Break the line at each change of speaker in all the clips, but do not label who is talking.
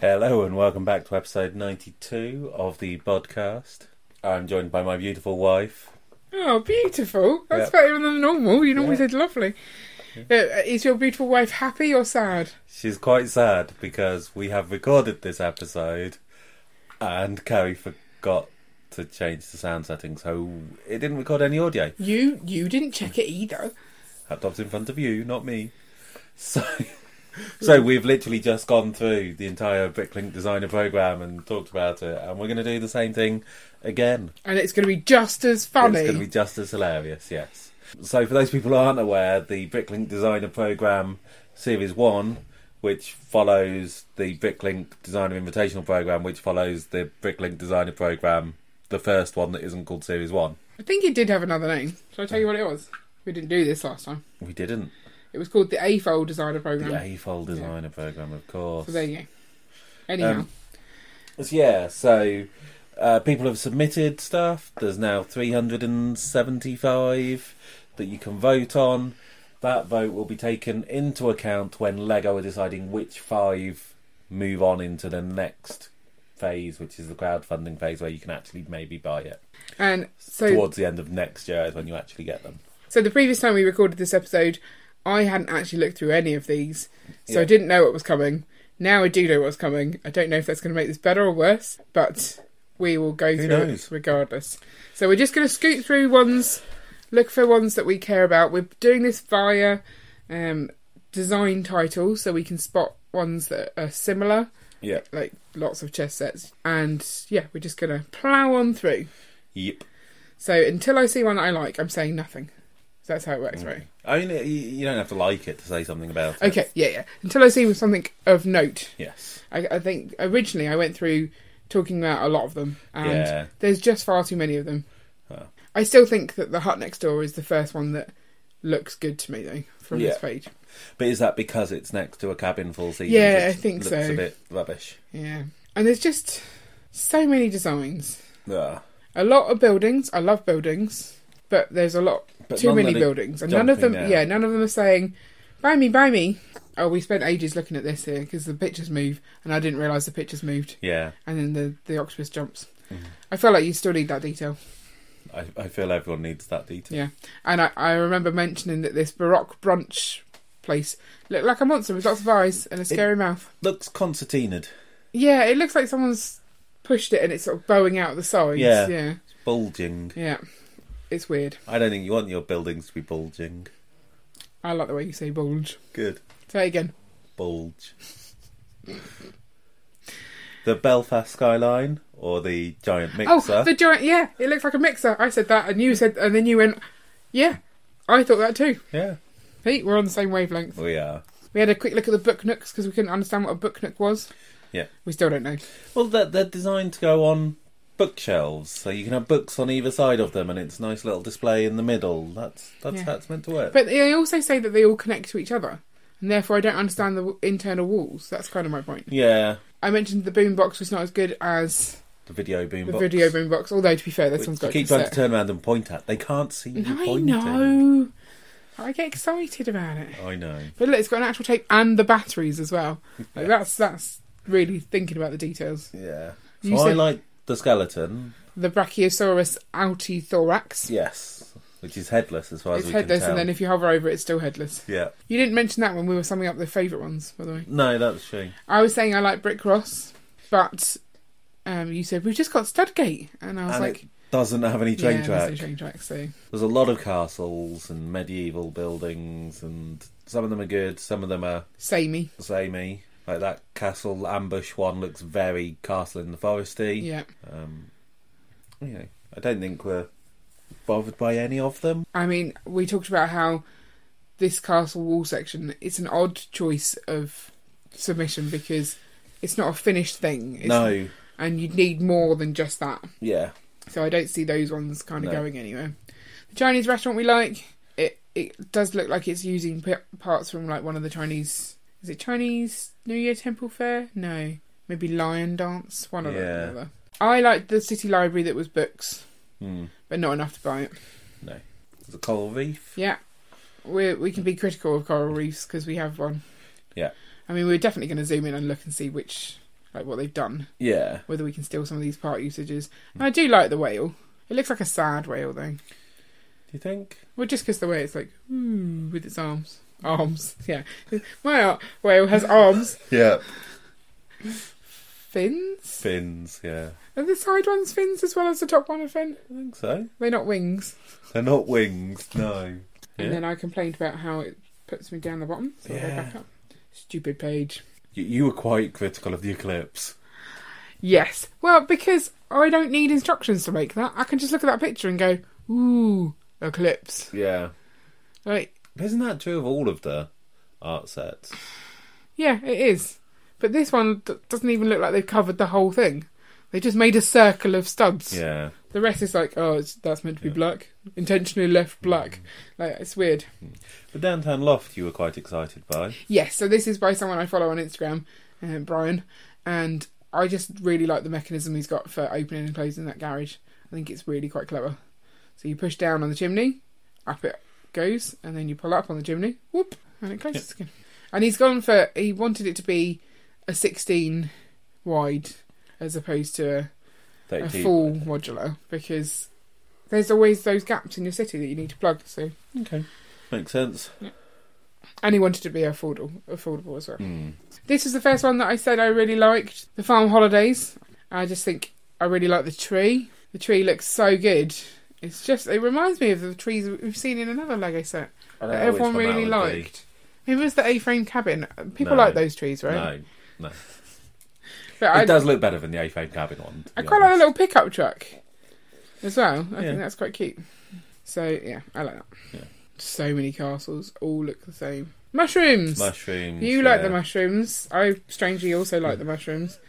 Hello and welcome back to episode 92 of the podcast. I'm joined by my beautiful wife.
Oh, beautiful. That's
Yeah.
better than normal. You normally
Yeah.
said lovely. Uh, is your beautiful wife happy or sad?
She's quite sad because we have recorded this episode and Carrie forgot to change the sound settings, so it didn't record any audio.
You you didn't check it either.
Laptop's in front of you, not me. So. So we've literally just gone through the entire Bricklink designer program and talked about it, and we're going to do the same thing again.
And it's going to be just as funny.
It's going to be just as hilarious, yes. So, for those people who aren't aware, the Bricklink Designer Programme Series 1, which follows the Bricklink Designer Invitational Programme, which follows the Bricklink Designer Programme, the first one that isn't called Series 1.
I think it did have another name. Shall I tell you what it was? We didn't do this last time.
We didn't.
It was called the AFOL Designer Programme.
The AFOL Designer Programme, of course.
So there you go. Anyhow,
Um, So, yeah, so uh, people have submitted stuff. There's now 375 that you can vote on. That vote will be taken into account when Lego are deciding which five move on into the next phase, which is the crowdfunding phase where you can actually maybe buy it.
and so
Towards the end of next year is when you actually get them.
So the previous time we recorded this episode, I hadn't actually looked through any of these, so
Yeah.
I didn't know what was coming. Now I do know what's coming. I don't know if that's going to make this better or worse, but we will go through
knows?
it regardless. So we're just going to scoot through ones, look for ones that we care about. We're doing this via um, design titles, so we can spot ones that are similar,
Yeah.
like lots of chess sets. And yeah, we're just going to plough on through.
Yep.
So until I see one I like, I'm saying nothing. So that's how it works, right?
I mean, you- you don't have to like it to say something about it.
Okay, yeah, yeah. Until I see something of note,
Yes.
I, I think originally I went through talking about a lot of them, and
Yeah.
there's just far too many of them.
Huh.
I still think that the hut next door is the first one that looks good to me though from
Yeah.
this page.
But is that because it's next to a cabin full season?
Yeah, I think
looks
so.
a bit rubbish.
Yeah, and there's just so many designs.
Ah.
A lot of buildings. I love buildings, but there's a lot
But
too
none
many
that are
buildings, and none of them.
jumping out.
Yeah, none of them are saying, "Buy me, buy me." Oh, we spent ages looking at this here because the pictures move, and I didn't realise the pictures moved.
Yeah.
and then the the octopus jumps.
Mm.
I feel like you still need that detail.
I, I feel everyone needs that detail.
Yeah, and I, I remember mentioning that this baroque brunch place looked like a monster with lots of eyes and a scary mouth.
Looks concertinaed,
Yeah, it looks like someone's pushed it and it's sort of bowing out the sides.
Yeah.
yeah,
bulging.
yeah. It's weird.
I don't think you want your buildings to be bulging.
I like the way you say bulge.
Good
Say it again.
bulge. the Belfast skyline or the giant mixer.
Oh, the giant. Yeah, it looks like a mixer. I said that, and you said, and then you went, yeah. I thought that too.
Yeah, Oh,
Pete, we're on the same wavelength.
we are.
We had a quick look at the book nooks because we couldn't understand what a book nook was.
Yeah.
We still don't know.
Well, they're, they're designed to go on bookshelves, so you can have books on either side of them, and it's a nice little display in the middle. That's that's
Yeah.
how it's meant to work.
But they also say that they all connect to each other, and therefore I don't understand the w- internal walls. That's kind of my point.
yeah,
I mentioned the boombox was not as good as
the video boom
the
box.
video boombox, although to be fair, this
which
one's
you
got
keep
keep
trying to turn around and point at. They can't see you
I
pointing.
know. I get excited about it.
I know.
But look, it's got an actual tape and the batteries as well. Like that's that's really thinking about the details.
Yeah. So
You
I
said-
like the skeleton.
The Brachiosaurus altithorax.
Yes. Which is headless as far as
It's
we can
headless,
tell.
and then if you hover over it, it's still headless.
Yeah.
You didn't mention that when we were summing up the favourite ones, by the way.
No, that's true.
I was saying I like Brick Ross, but um, you said we've just got Studgate, and I was
And
like,
it doesn't have any train
yeah,
track.
there's no train track. So
There's a lot of castles and medieval buildings, and some of them are good, some of them are
samey,
samey. Like that castle ambush one looks very castle in the foresty.
yeah.
Um, you know, I don't think we're bothered by any of them.
I mean, we talked about how this castle wall section it's an odd choice of submission because it's not a finished thing, it's,
no.
and you'd need more than just that.
Yeah.
So I don't see those ones kind of
No.
going anywhere. The Chinese restaurant we like, it it does look like it's using p- parts from like one of the Chinese. Is it Chinese New Year Temple Fair? No, maybe Lion Dance. One of
Yeah.
them. another. I liked the city library that was books,
Hmm.
but not enough to buy it.
No. There's a coral reef.
Yeah, we we can be critical of coral reefs because we have one.
Yeah.
I mean, we're definitely going to zoom in and look and see which like what they've done,
Yeah.
whether we can steal some of these part usages. And I do like the whale. It looks like a sad whale though.
Do you think?
Well, just because the way it's like ooh with its arms, arms. Yeah, my ar- whale has arms,
Yeah.
fins.
Fins, yeah.
Are the side ones fins as well as the top one a fin?
I think so.
They're not wings.
They're not wings, no. Yeah.
And then I complained about how it puts me down the bottom, so I go
Yeah.
back up. Stupid page.
you, you were quite critical of the eclipse.
Yes. Well, because I don't need instructions to make that. I can just look at that picture and go, ooh, eclipse.
Yeah.
Like,
Isn't that true of all of the art sets?
yeah, it is. But this one d- doesn't even look like they've covered the whole thing. They just made a circle of studs.
Yeah.
The rest is like, oh, it's, that's meant to be
Yeah.
black. Intentionally left black. Like, it's weird.
The Downtown Loft you were quite excited by.
Yes, so this is by someone I follow on Instagram, uh, Brian, and I just really like the mechanism he's got for opening and closing that garage. I think it's really quite clever. So you push down on the chimney, up it goes, and then you pull up on the chimney, whoop, and it closes again. And he's gone for he wanted it to be a 16 wide as opposed to a, a
32.
full modular because there's always those gaps in your city that you need to plug. So
Okay. Makes sense.
and he wanted it to be affordable, affordable as well.
Hmm.
This was the first one that I said I really liked. The farm holidays. I just think I really like the tree. The tree looks so good. It's just it reminds me of the trees we've seen in another Lego set
I don't
that
know which one
everyone
that
really
would be.
liked. It was the A-frame cabin. People
No.
like those trees, right?
No, no.
But
It
I,
does look better than the A-frame cabin one. to
I
be
quite like the
honest.
little pickup truck as well. I
Yeah.
think that's quite cute. So yeah, I like that.
Yeah.
So many castles all look the same. Mushrooms.
mushrooms.
You like the
yeah.
mushrooms. I strangely also like the mushrooms.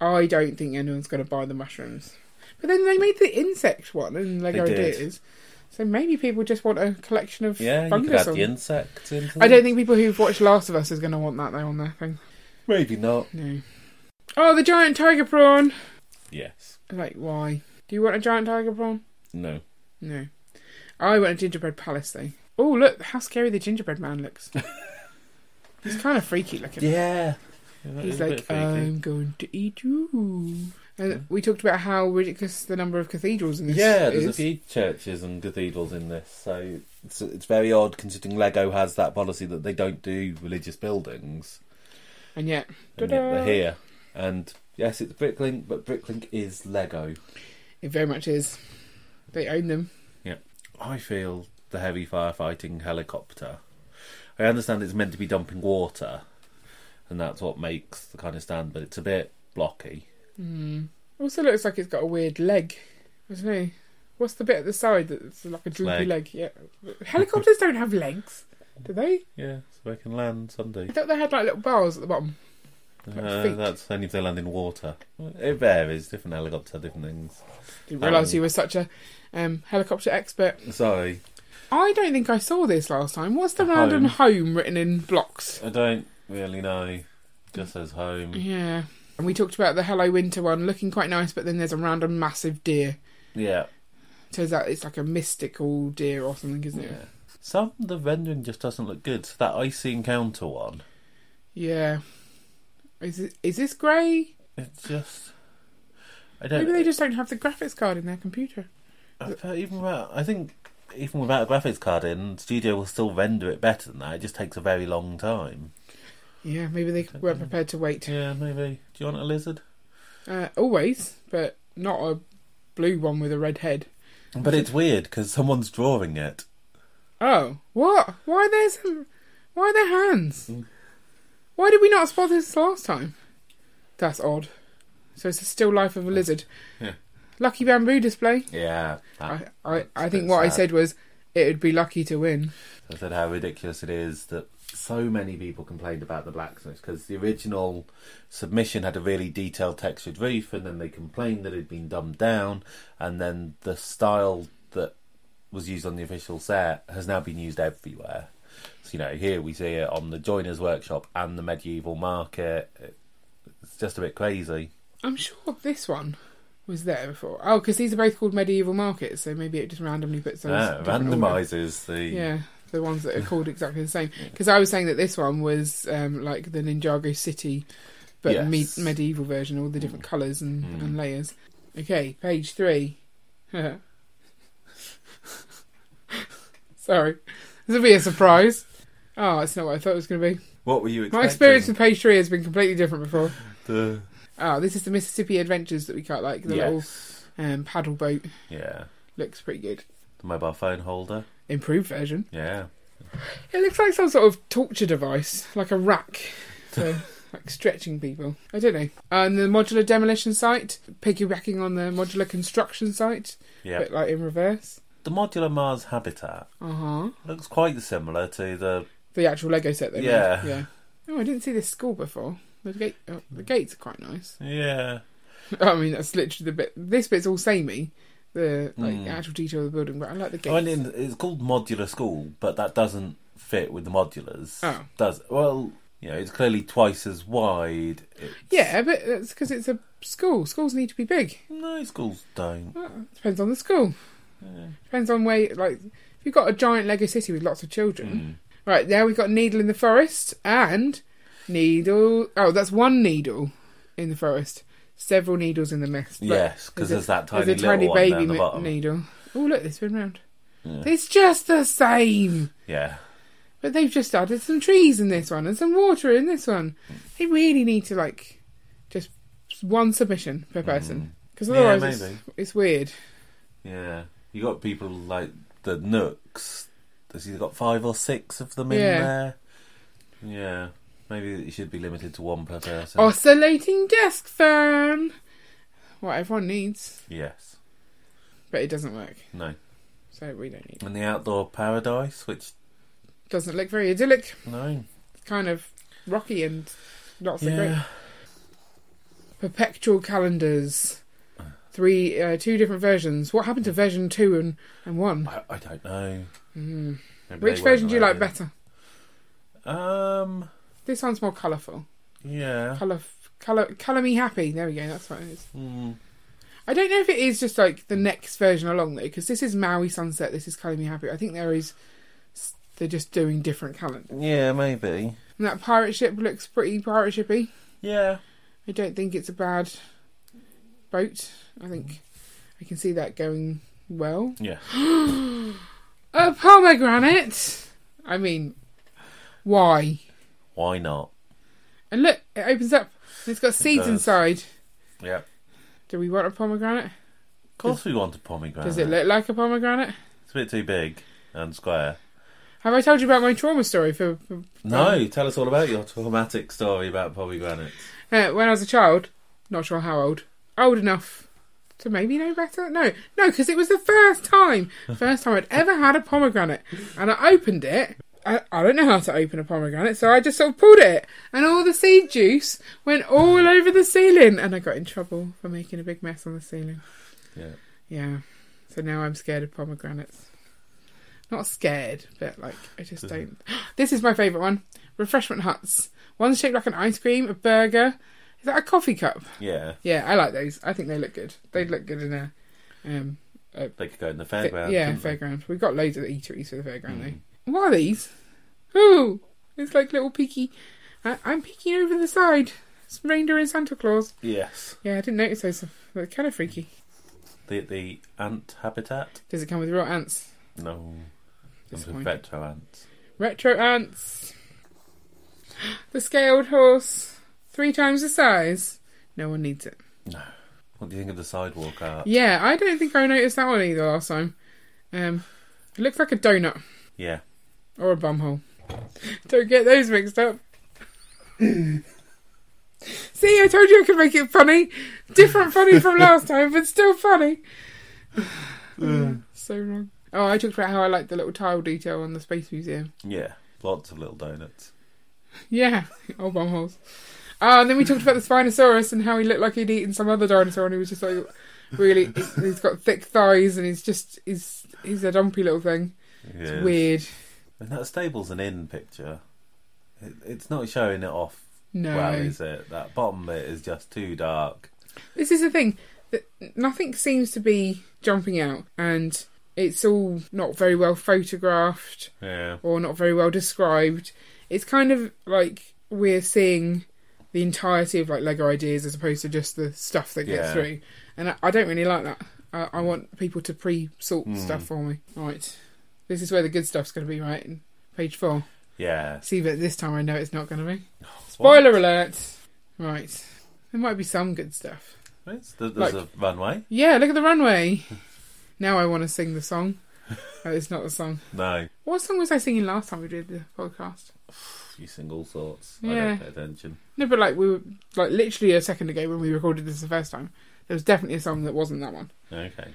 I don't think anyone's going to buy the mushrooms. But then they made the insect one in Lego
They did.
Ideas. So maybe people just want a collection of
Yeah, you could
fungus.
add
on-
the insects into
I
them.
don't think people who've watched Last of Us is going to want that though on their thing.
Maybe not.
No. Oh, the giant tiger prawn.
Yes.
Like, why? Do you want a giant tiger prawn?
No.
No. I want a gingerbread palace though. Oh, look how scary the gingerbread man looks. He's kind of freaky looking.
Yeah.
He's like, I'm going to eat you. And we talked about how ridiculous the number of cathedrals in this
yeah, there's a
is.
few churches and cathedrals in this, so it's, it's very odd considering Lego has that policy that they don't do religious buildings,
And yet,
and
Ta-da.
yet they're here. And yes, it's Bricklink, but Bricklink is Lego.
it very much is. They own them.
I feel the heavy firefighting helicopter. I understand it's meant to be dumping water, and that's what makes the kind of stand, but it's a bit blocky.
Mm. Also looks like it's got a weird leg. I don't know. What's the bit at the side that's like a droopy
Leg.
leg? Yeah. Helicopters don't have legs, do they?
Yeah, so they can land someday.
I thought they had like little bars at the bottom.
Uh,
feet.
that's only if they land in water. It varies. Different helicopter, different things.
Didn't realise
Um.
you were such a um, helicopter expert.
Sorry,
I don't think I saw this last time. What's the random home written in blocks?
I don't really know. Just says home.
Yeah. And we talked about the Hello Winter one looking quite nice, but then there's a random massive deer.
Yeah.
Turns out it's like a mystical deer or something, isn't it?
yeah. Some the rendering just doesn't look good. So that icy encounter one,
Yeah. Is it, is this grey?
it's just. I don't.
Maybe they just don't have the graphics card in their computer.
But even without, I think even without a graphics card in, Studio will still render it better than that. It just takes a very long time.
Yeah, maybe they weren't prepared to wait.
Yeah, maybe. Do you want a lizard?
Uh, always, but not a blue one with a red head.
But it's weird because someone's drawing it.
Oh, what? Why there's why are there hands?
Mm.
Why did we not spot this last time? That's odd. So it's a still life of a lizard.
Yeah.
Lucky bamboo display.
Yeah. that-
I I, I
That's
think
a bit
what I
sad.
said was it would be lucky to win.
I said how ridiculous it is that so many people complained about the blacksmith because the original submission had a really detailed textured roof, and then they complained that it had been dumbed down, and then the style that was used on the official set has now been used everywhere. So, you know, here we see it on the joiner's workshop and the medieval market. It- It's just a bit crazy.
I'm sure this one was there before. Oh, because these are both called medieval markets, so maybe it just randomly puts those.
Ah,
different order.
randomizes the.
Yeah, the ones that are called exactly the same. Because I was saying that this one was um, like the Ninjago City but
Yes.
me- medieval version, all the different colours and,
Mm.
and layers. Okay, page three. Sorry, this will be a surprise. Oh, it's not what I thought it was going to be.
What were you expecting?
My experience with page three has been completely different before.
The-
Oh, this is the Mississippi Adventures that we got, like the little
Yes.
um, paddle boat.
yeah,
Looks pretty good.
the mobile phone holder.
Improved version.
Yeah,
It looks like some sort of torture device, like a rack for like stretching people. I don't know. And the modular demolition site, piggybacking on the modular construction site,
yeah.
but like in reverse.
the modular Mars habitat
Uh huh.
looks quite similar to the.
The actual Lego set they made.
Yeah.
Yeah. Oh, I didn't see this school before. The gate, oh, the gates are quite nice.
Yeah,
I mean, that's literally the bit. This bit's all samey, the like
Mm.
actual detail of the building, but I like the gates.
I mean, it's called modular school, but that doesn't fit with the modulars.
Oh.
Does well, you know, it's clearly twice as wide. It's,
Yeah, but that's because it's a school. Schools need to be big.
no schools don't.
Well, depends on the school.
Yeah.
Depends on where, you- like, if you've got a giant Lego city with lots of children.
Mm.
Right, now we've got Needle in the Forest and Needle. Oh, that's one needle in the forest. Several needles in the nest. Look,
Yes, because there's,
a-
that tiny
there's a
little
tiny
one
baby
down the
mi-
bottom.
needle. Oh, look, it's been round.
Yeah.
It's just the same.
yeah,
But they've just added some trees in this one and some water in this one. They really need to, like, just one submission per person. Because
Mm. Yeah,
otherwise it's-
maybe.
it's weird.
yeah. You got people like the Nooks. There's either got five or six of them in
Yeah.
there. Yeah, maybe it should be limited to one per person.
Oh. Oscillating desk fan. What everyone needs,
Yes,
but it doesn't work,
no,
so we don't need it.
and the outdoor paradise, which
Doesn't look very idyllic.
no,
It's kind of rocky and not so great.
yeah,
Perpetual calendars. Three, uh, two different versions. What happened to version two and and one?
I, I don't know.
Mm.
Maybe
Which
they
version
weren't
do you like
allowed
better?
in. Um,
This one's more colourful.
yeah,
Colour, colour, colour me happy. There we go. That's what it is.
mm,
I don't know if it is just like the next version along though, because this is Maui Sunset. This is Colour Me Happy. I think there is. They're just doing different calendars.
yeah, maybe,
And that pirate ship looks pretty pirate shippy.
yeah,
I don't think it's a bad boat. I think I can see that going well.
yeah.
A pomegranate. I mean, why?
Why not?
And look, it opens up. and It's got seeds
does.
inside.
Yeah, of
Do we want a pomegranate?
course we want a pomegranate.
Does it look like a pomegranate?
It's a bit too big and square.
Have I told you about my trauma story for, for
No, tell us all about your traumatic story about pomegranates.
uh, when I was a child, not sure how old, old enough to maybe know better. No, no, because it was the first time, first time I'd ever had a pomegranate, and I opened it. I, I don't know how to open a pomegranate, so I just sort of pulled it, and all the seed juice went all over the ceiling, and I got in trouble for making a big mess on the ceiling.
Yeah.
Yeah, so now I'm scared of pomegranates. Not scared, but like I just don't. This is my favourite one: refreshment huts. One's shaped like an ice cream, a burger. Is that a coffee cup?
Yeah.
Yeah, I like those. I think they look good. They look good in a um
They could go in the
fi-
fairground.
yeah
couldn't they?
fairground. We've got loads of eateries for the fairground though. What are these? Ooh, it's like little peeky. I- I'm peeking over the side. It's reindeer and Santa Claus.
Yes.
Yeah, I didn't notice those. They're kind of freaky.
The the ant habitat?
Does it come with real ants?
No. Some
Disappointing.
retro ants.
Retro ants. The scaled horse, three times the size. No one needs it.
What do you think of the sidewalk art?
Yeah, I don't think I noticed that one either last time. Um, it looks like a donut.
Yeah.
Or a bumhole. Don't get those mixed up. See, I told you I could make it funny. Different funny from last time, but still funny. so wrong. Oh, I talked about how I like the little tile detail on the Space Museum.
Yeah. Lots of little donuts.
Yeah, oh, bumholes. Oh, and then we talked about the Spinosaurus and how he looked like he'd eaten some other dinosaur and he was just like, really, he's got thick thighs and he's just, he's, he's a dumpy little thing. It's
Yes.
weird.
And that stable's an in picture. It, it's not showing it off
No.
well, is it? That bottom bit is just too dark.
This is the thing that nothing seems to be jumping out, and it's all not very well photographed
Yeah.
or not very well described. It's kind of like we're seeing the entirety of like Lego ideas as opposed to just the stuff that gets
Yeah.
through. And I, I don't really like that. I, I want people to pre-sort
Hmm.
stuff for me. Right, this is where the good stuff's going to be. Right, And page four.
Yeah.
See, but this time I know it's not going to be.
What?
Spoiler alert. Right, there might be some good stuff.
It's- there- There's a runway.
Yeah, look at the runway. now I want to sing the song. Oh, it's not the song.
No.
What song was I singing last time we did the podcast?
You sing all sorts. I
Yeah.
don't pay attention.
No, but like we were like literally a second ago when we recorded this the first time, there was definitely a song that wasn't that one.
Okay.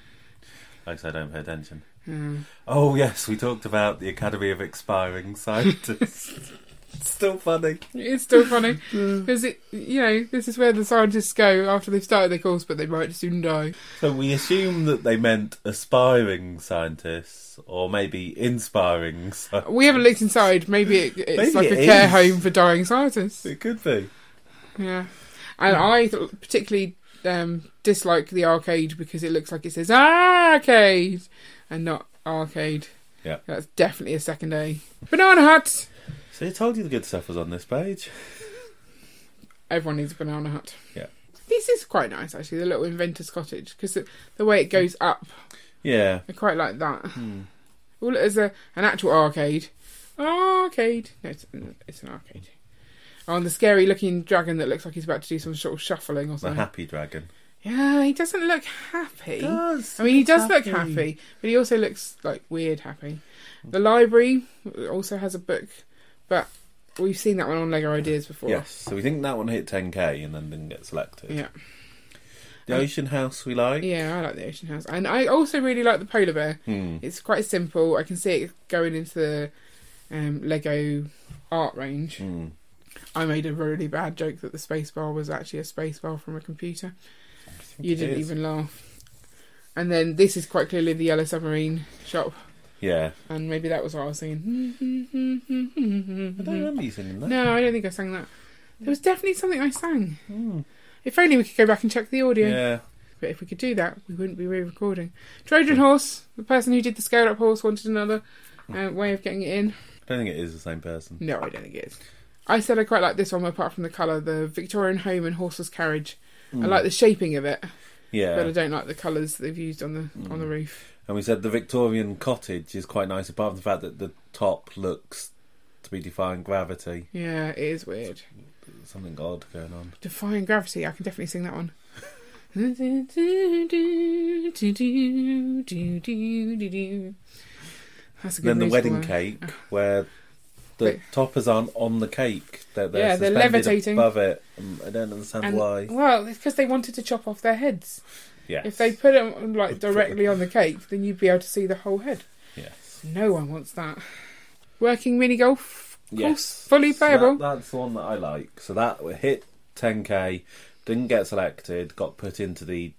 Like I said, I don't pay attention.
Mm.
Oh, yes, we talked about the Academy of Expiring Scientists. Still funny.
It's still funny
Hmm.
because it, you know, this is where the scientists go after they've started their course, but they might soon die.
So we assume that they meant aspiring scientists or maybe inspiring scientists.
We haven't looked inside. Maybe it, it's
Maybe
like
it
a care
is.
home for dying scientists.
It could be.
Yeah, and I th- particularly um, dislike the arcade because it looks like it says arcade and not arcade.
Yeah.
that's definitely a second A. Banana Hut.
So I told you the good stuff was on this page.
Everyone needs a banana hut.
Yeah.
This is quite nice, actually, the little inventor's cottage, because the, the way it goes up,
Yeah.
I quite like that. All it is a, an actual arcade. Arcade. No, it's, it's an arcade. Oh, and the scary looking dragon that looks like he's about to do some sort of shuffling or
The
something.
happy dragon.
Yeah, he doesn't look happy.
does.
I mean, he does look happy, but he also looks like weird happy. The library also has a book, but we've seen that one on Lego Ideas before.
Yes, so we think that one hit 10k and then didn't get selected.
Yeah. Um,
The Ocean House we like.
Yeah, I like the ocean house, and I also really like the polar bear.
Hmm.
It's quite simple. I can see it going into the um, Lego art range.
Hmm.
I made a really bad joke that the space bar was actually a space bar from a computer. You
it
didn't
is.
even laugh. And then this is quite clearly the yellow submarine shop,
Yeah.
and maybe that was what I was singing.
I don't remember you singing that.
Mm-hmm. No, I don't think I sang that. There was definitely something I sang.
Hmm.
If only we could go back and check the audio.
Yeah.
But if we could do that, we wouldn't be re-recording. Trojan horse. The person who did the scaled-up horse wanted another uh, way of getting it in.
I don't think it is the same person.
No, I don't think it is. I said I quite like this one, apart from the colour, the Victorian home and horseless carriage. I like the shaping of it, but I
Hmm. Yeah. Hmm.
don't like the colours they've used on the on the roof.
And we said the Victorian cottage is quite nice, apart from the fact that the top looks to be defying gravity.
Yeah, it is weird.
Something odd going on.
Defying gravity. I can definitely sing that one. That's a good
then the
musical
wedding
one.
cake, where the
Wait.
toppers aren't on the cake. They're, they're
Yeah, they're
suspended
levitating.
above it. Um, I don't understand
And-
why.
Well, it's because they wanted to chop off their heads.
Yes.
If they put them like directly on the cake, then you'd be able to see the whole head.
Yes.
No one wants that. Working mini golf course,
Yes.
fully
So
playable.
that- that's the one that I like. So that hit 10k, didn't get selected, got put into the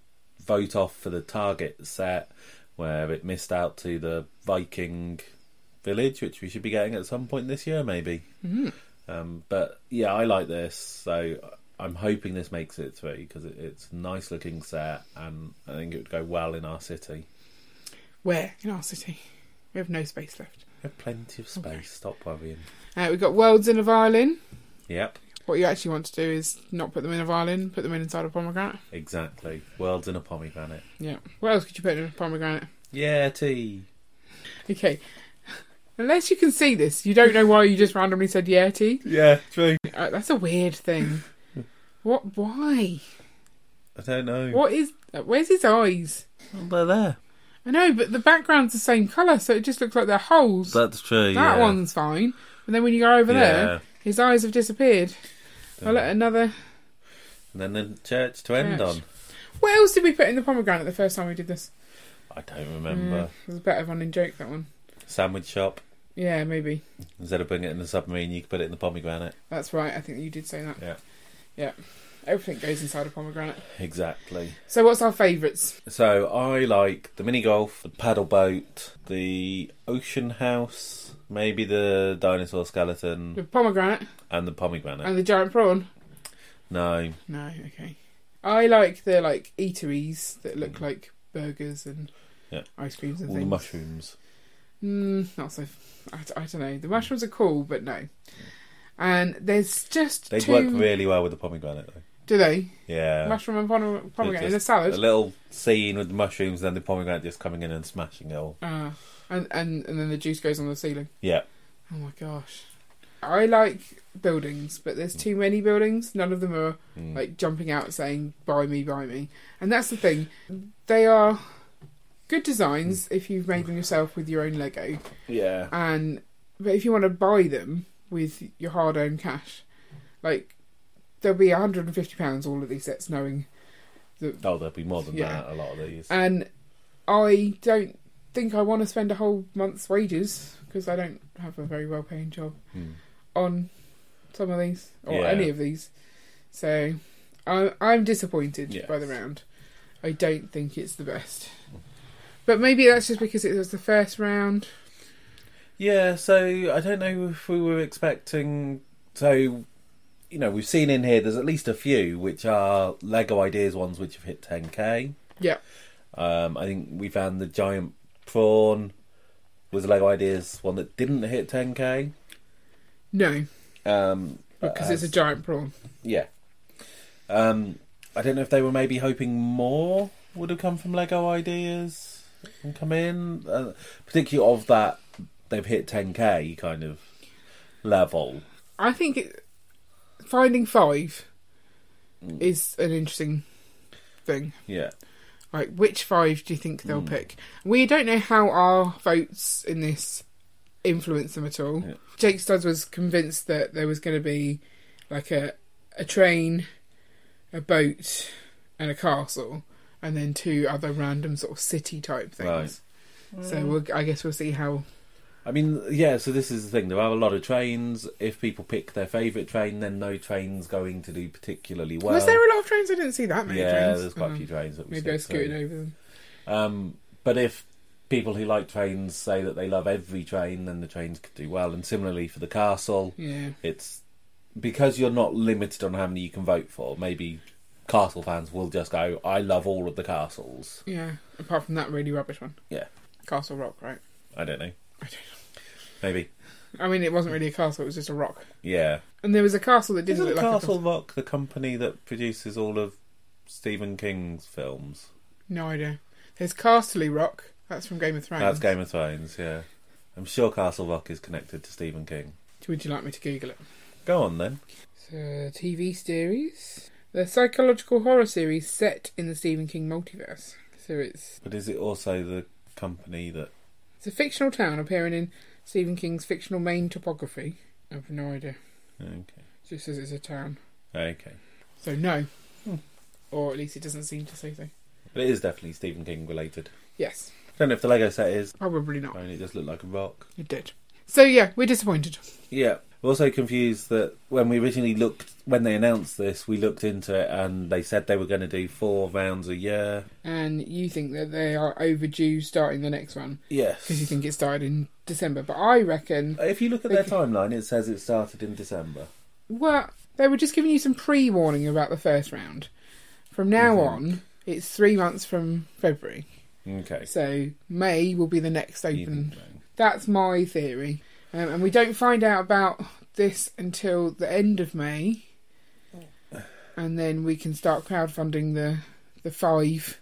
vote off for the target set, where it missed out to the Viking village, which we should be getting at some point this year, maybe.
Mm-hmm.
Um, but yeah, I like this. So I'm hoping this makes it through because it, it's a nice looking set, and I think it would go well in our city.
Where in our city? We have no space left.
We have plenty of space. Stop worrying.
Uh, we've got worlds in a violin.
Yep,
What you actually want to do is not put them in a violin, put them in inside a pomegranate.
exactly. World's in a pomegranate.
Yeah. What else could you put in a pomegranate?
Yeah, tea.
Okay. Unless you can see this, you don't know why you just randomly said Yeti.
Yeah, true.
Uh, that's a weird thing. What? Why?
I don't know.
What is? uh, Where's his eyes?
They're there.
I know, but the background's the same colour, so it just looks like they're holes.
That's true.
that
yeah.
one's fine, but then when you go over
Yeah.
there, his eyes have disappeared. I'll let another.
And then the church to end
Church.
on.
What else did we put in the pomegranate the first time we did this?
I don't remember.
Mm, it was a better running joke that one.
Sandwich shop.
Yeah, maybe
Instead of putting it in the submarine, you could put it in the pomegranate.
that's right. I think you did say that.
Yeah.
Yeah. Everything goes inside a pomegranate.
Exactly.
So what's our favourites?
So I like the mini golf, the paddle boat, the ocean house, maybe the dinosaur
The
skeleton,
pomegranate
and the pomegranate.
and the giant prawn.
no.
No, okay. Mm. I like the like eateries that look like burgers and
Yeah.
ice creams and
All the
things.
mushrooms.
Mm, not so. I, don't know. The mushrooms are cool, but no. And there's just
They
two.
work really well with the pomegranate, though.
do they?
Yeah.
Mushroom and pome- pomegranate in a
Just
salad.
A little scene with the mushrooms, then the pomegranate just coming in and smashing it all.
Ah, and, and and then the juice goes on the ceiling.
Yeah.
Oh my gosh. I like buildings, but there's too many buildings. None of them are
Mm.
like jumping out saying "buy me, buy me," and that's the thing. They are good designs if you've made them yourself with your own Lego,
yeah.
and but if you want to buy them with your hard-earned cash, like there'll be 150 pounds all of these sets, knowing that
Oh, there'll be more than
Yeah.
that. A lot of these.
and I don't think I want to spend a whole month's wages because I don't have a very well paying job
Hmm.
on some of these or
Yeah.
any of these. So I'm, I'm disappointed
Yes.
by the round. I don't think it's the best. But maybe that's just because it was the first round.
Yeah, so I don't know if we were expecting. So, you know, we've seen in here there's at least a few which are Lego Ideas ones which have hit 10k.
Yeah.
Um, I think we found the giant prawn was a Lego Ideas one that didn't hit 10k.
No,
Um, but
because it's a
has-
giant prawn.
yeah. Um, I don't know if they were maybe hoping more would have come from Lego Ideas and come in, uh, particularly of that they've hit 10k kind of level.
I think it, finding five
Mm.
is an interesting thing.
Yeah.
Like, which five do you think
Hmm.
they'll pick? We don't know how our votes in this influence them at all.
Yeah.
Jake Studs was convinced that there was going to be like a a train, a boat, and a castle, and then two other random sort of city type things. So we'll, I guess we'll see how.
I mean, yeah, so this is the thing. There are a lot of trains. If people pick their favourite train, then no train's going to do particularly well.
was there a lot of trains? I didn't see that many
Yeah,
trains.
there's quite
Oh,
a few trains that we
Maybe I
see, so-
scooted over them.
Um, but if people who like trains say that they love every train, then the trains could do well. And similarly for the castle,
Yeah.
it's because you're not limited on how many you can vote for. Maybe castle fans will just go, "I love all of the castles."
Yeah. Apart from that really rubbish one.
Yeah.
Castle Rock, right?
I don't know.
I don't
Maybe.
know. I mean, it wasn't really a castle, it was just a rock.
Yeah.
And there was a castle that didn't
Isn't
look like a
Castle
castle.
Rock the company that produces all of Stephen King's films?
No idea. There's Casterly Rock. That's from Game of Thrones.
That's Game of Thrones, yeah. I'm sure Castle Rock is connected to Stephen King.
Would you like me to Google it?
Go on then.
So, TV series. The psychological horror series set in the Stephen King multiverse. So it's
But is it also the company that.
it's a fictional town appearing in Stephen King's fictional main topography. I've no idea.
Okay.
It just says it's a town.
Okay.
So no. Or at least it doesn't seem to say so.
But it is definitely Stephen King related.
Yes.
I don't know if the Lego set is.
Probably not.
I mean, it does look like a rock.
It did. So yeah, we're disappointed.
Yeah. We're also confused that when we originally looked, when they announced this, we looked into it and they said they were going to do four rounds a year.
And you think that they are overdue starting the next one.
Yes.
because you think it started in December. But I reckon,
If you look at their timeline, it says it started in December.
well, they were just giving you some pre warning about the first round. From now on, it's three months from February.
Okay.
So May will be the next
Mm-hmm.
open.
Evening.
That's my theory. Um, and we don't find out about this until the end of May. And then we can start crowdfunding the, the five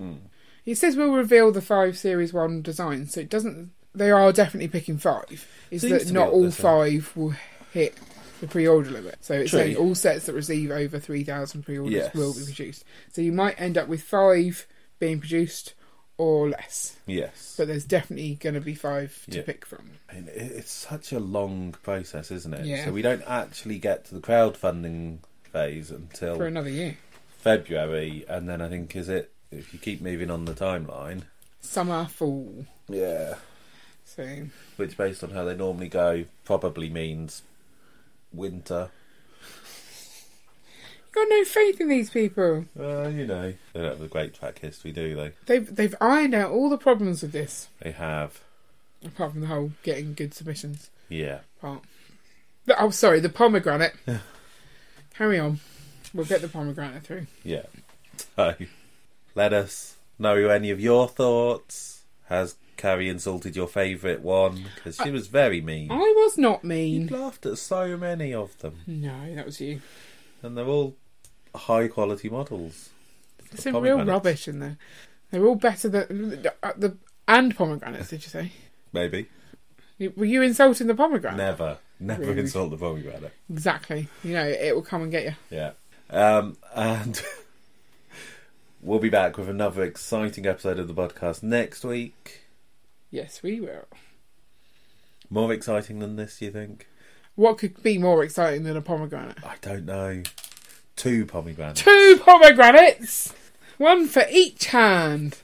Mm.
It says we'll reveal the five Series 1 designs, so it doesn't. They are definitely picking five.
Seems
Is
to
that
be
not
up
all
this
five will hit the pre order limit. So it's
True.
saying all sets that receive over 3,000 pre orders
Yes.
will be produced. So you might end up with five being produced or less.
Yes.
But there's definitely going to be five to
Yeah.
pick from.
I mean, it- it's such a long process, isn't it?
Yeah.
So we don't actually get to the crowdfunding phase until
For another year.
February, and then I think is it if you keep moving on the timeline.
Summer, fall.
Yeah.
So,
Which, based on how they normally go, probably means winter.
got no faith in these people.
Uh, you know, they don't have a great track history, do they?
They've, they've ironed out all the problems of this,
They have,
apart from the whole getting good submissions.
yeah.
part. The, oh, sorry, the pomegranate. Carry on. We'll get the pomegranate through.
Yeah. So, let us know any of your thoughts. Has Carrie insulted your favourite one because she was very mean.
I was not
You
mean.
laughed at so many of them,
No, that was you.
and they're all high quality models.
There's some real
Pomegranates.
rubbish in there. They're all better than the, the and pomegranates. Did you say?
Maybe
You- Were you insulting the pomegranate?
never, never
Rude.
insult the pomegranate.
Exactly. You know, it will come and get you.
Yeah. Um, and we'll be back with another exciting episode of the podcast next week.
Yes, we will.
More exciting than this, you think?
What could be more exciting than a pomegranate?
I don't know. Two pomegranates.
Two pomegranates! One for each hand.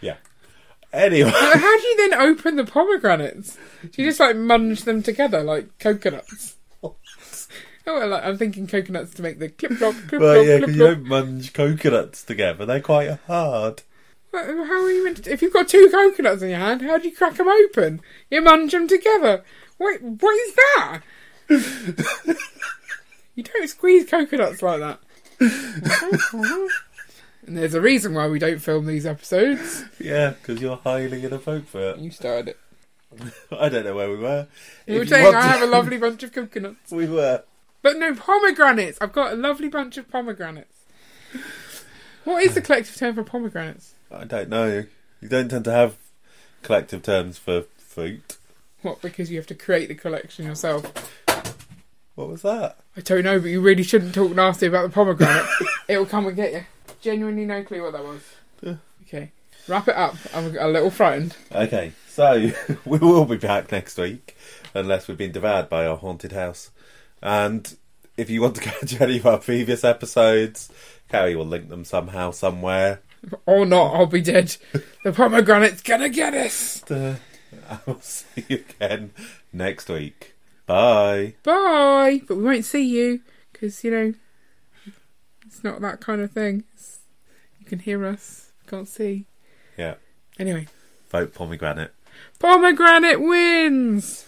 yeah. Anyway,
Now, How do you then open the pomegranates? Do you just like munge them together like coconuts? Oh, well, like, I'm thinking coconuts to make the clip clop, clip
well,
clop,
yeah,
clip
'cause you
clop.
don't munch coconuts together. They're quite hard.
Well, How are you meant to? If you've got two coconuts in your hand, how do you crack them open? You munge them together. What? What is that? you don't squeeze coconuts like that. and there's a reason why we don't film these episodes.
Yeah, because you're highly inappropriate.
You started it.
I don't know where we were.
You were
If
saying
want
I
to-
have a lovely bunch of coconuts.
we were.
But no, pomegranates. I've got a lovely bunch of pomegranates. What is the collective term for pomegranates?
I don't know. You don't tend to have collective terms for fruit.
What, because you have to create the collection yourself?
What was that?
I don't know, but you really shouldn't talk nasty about the pomegranate. It'll come and get you. Genuinely no clue what that was.
Yeah.
Okay. Wrap it up. I'm a little frightened.
Okay, so we will be back next week, unless we've been devoured by our haunted house. And if you want to catch any of our previous episodes, Carrie will link them somehow, somewhere.
Or not, I'll be dead. The pomegranate's gonna get us.
Uh, I will see you again next week. Bye.
Bye. But we won't see you, because, you know, it's not that kind of thing. It's, you can hear us, can't see.
Yeah,
Anyway.
vote pomegranate.
Pomegranate wins!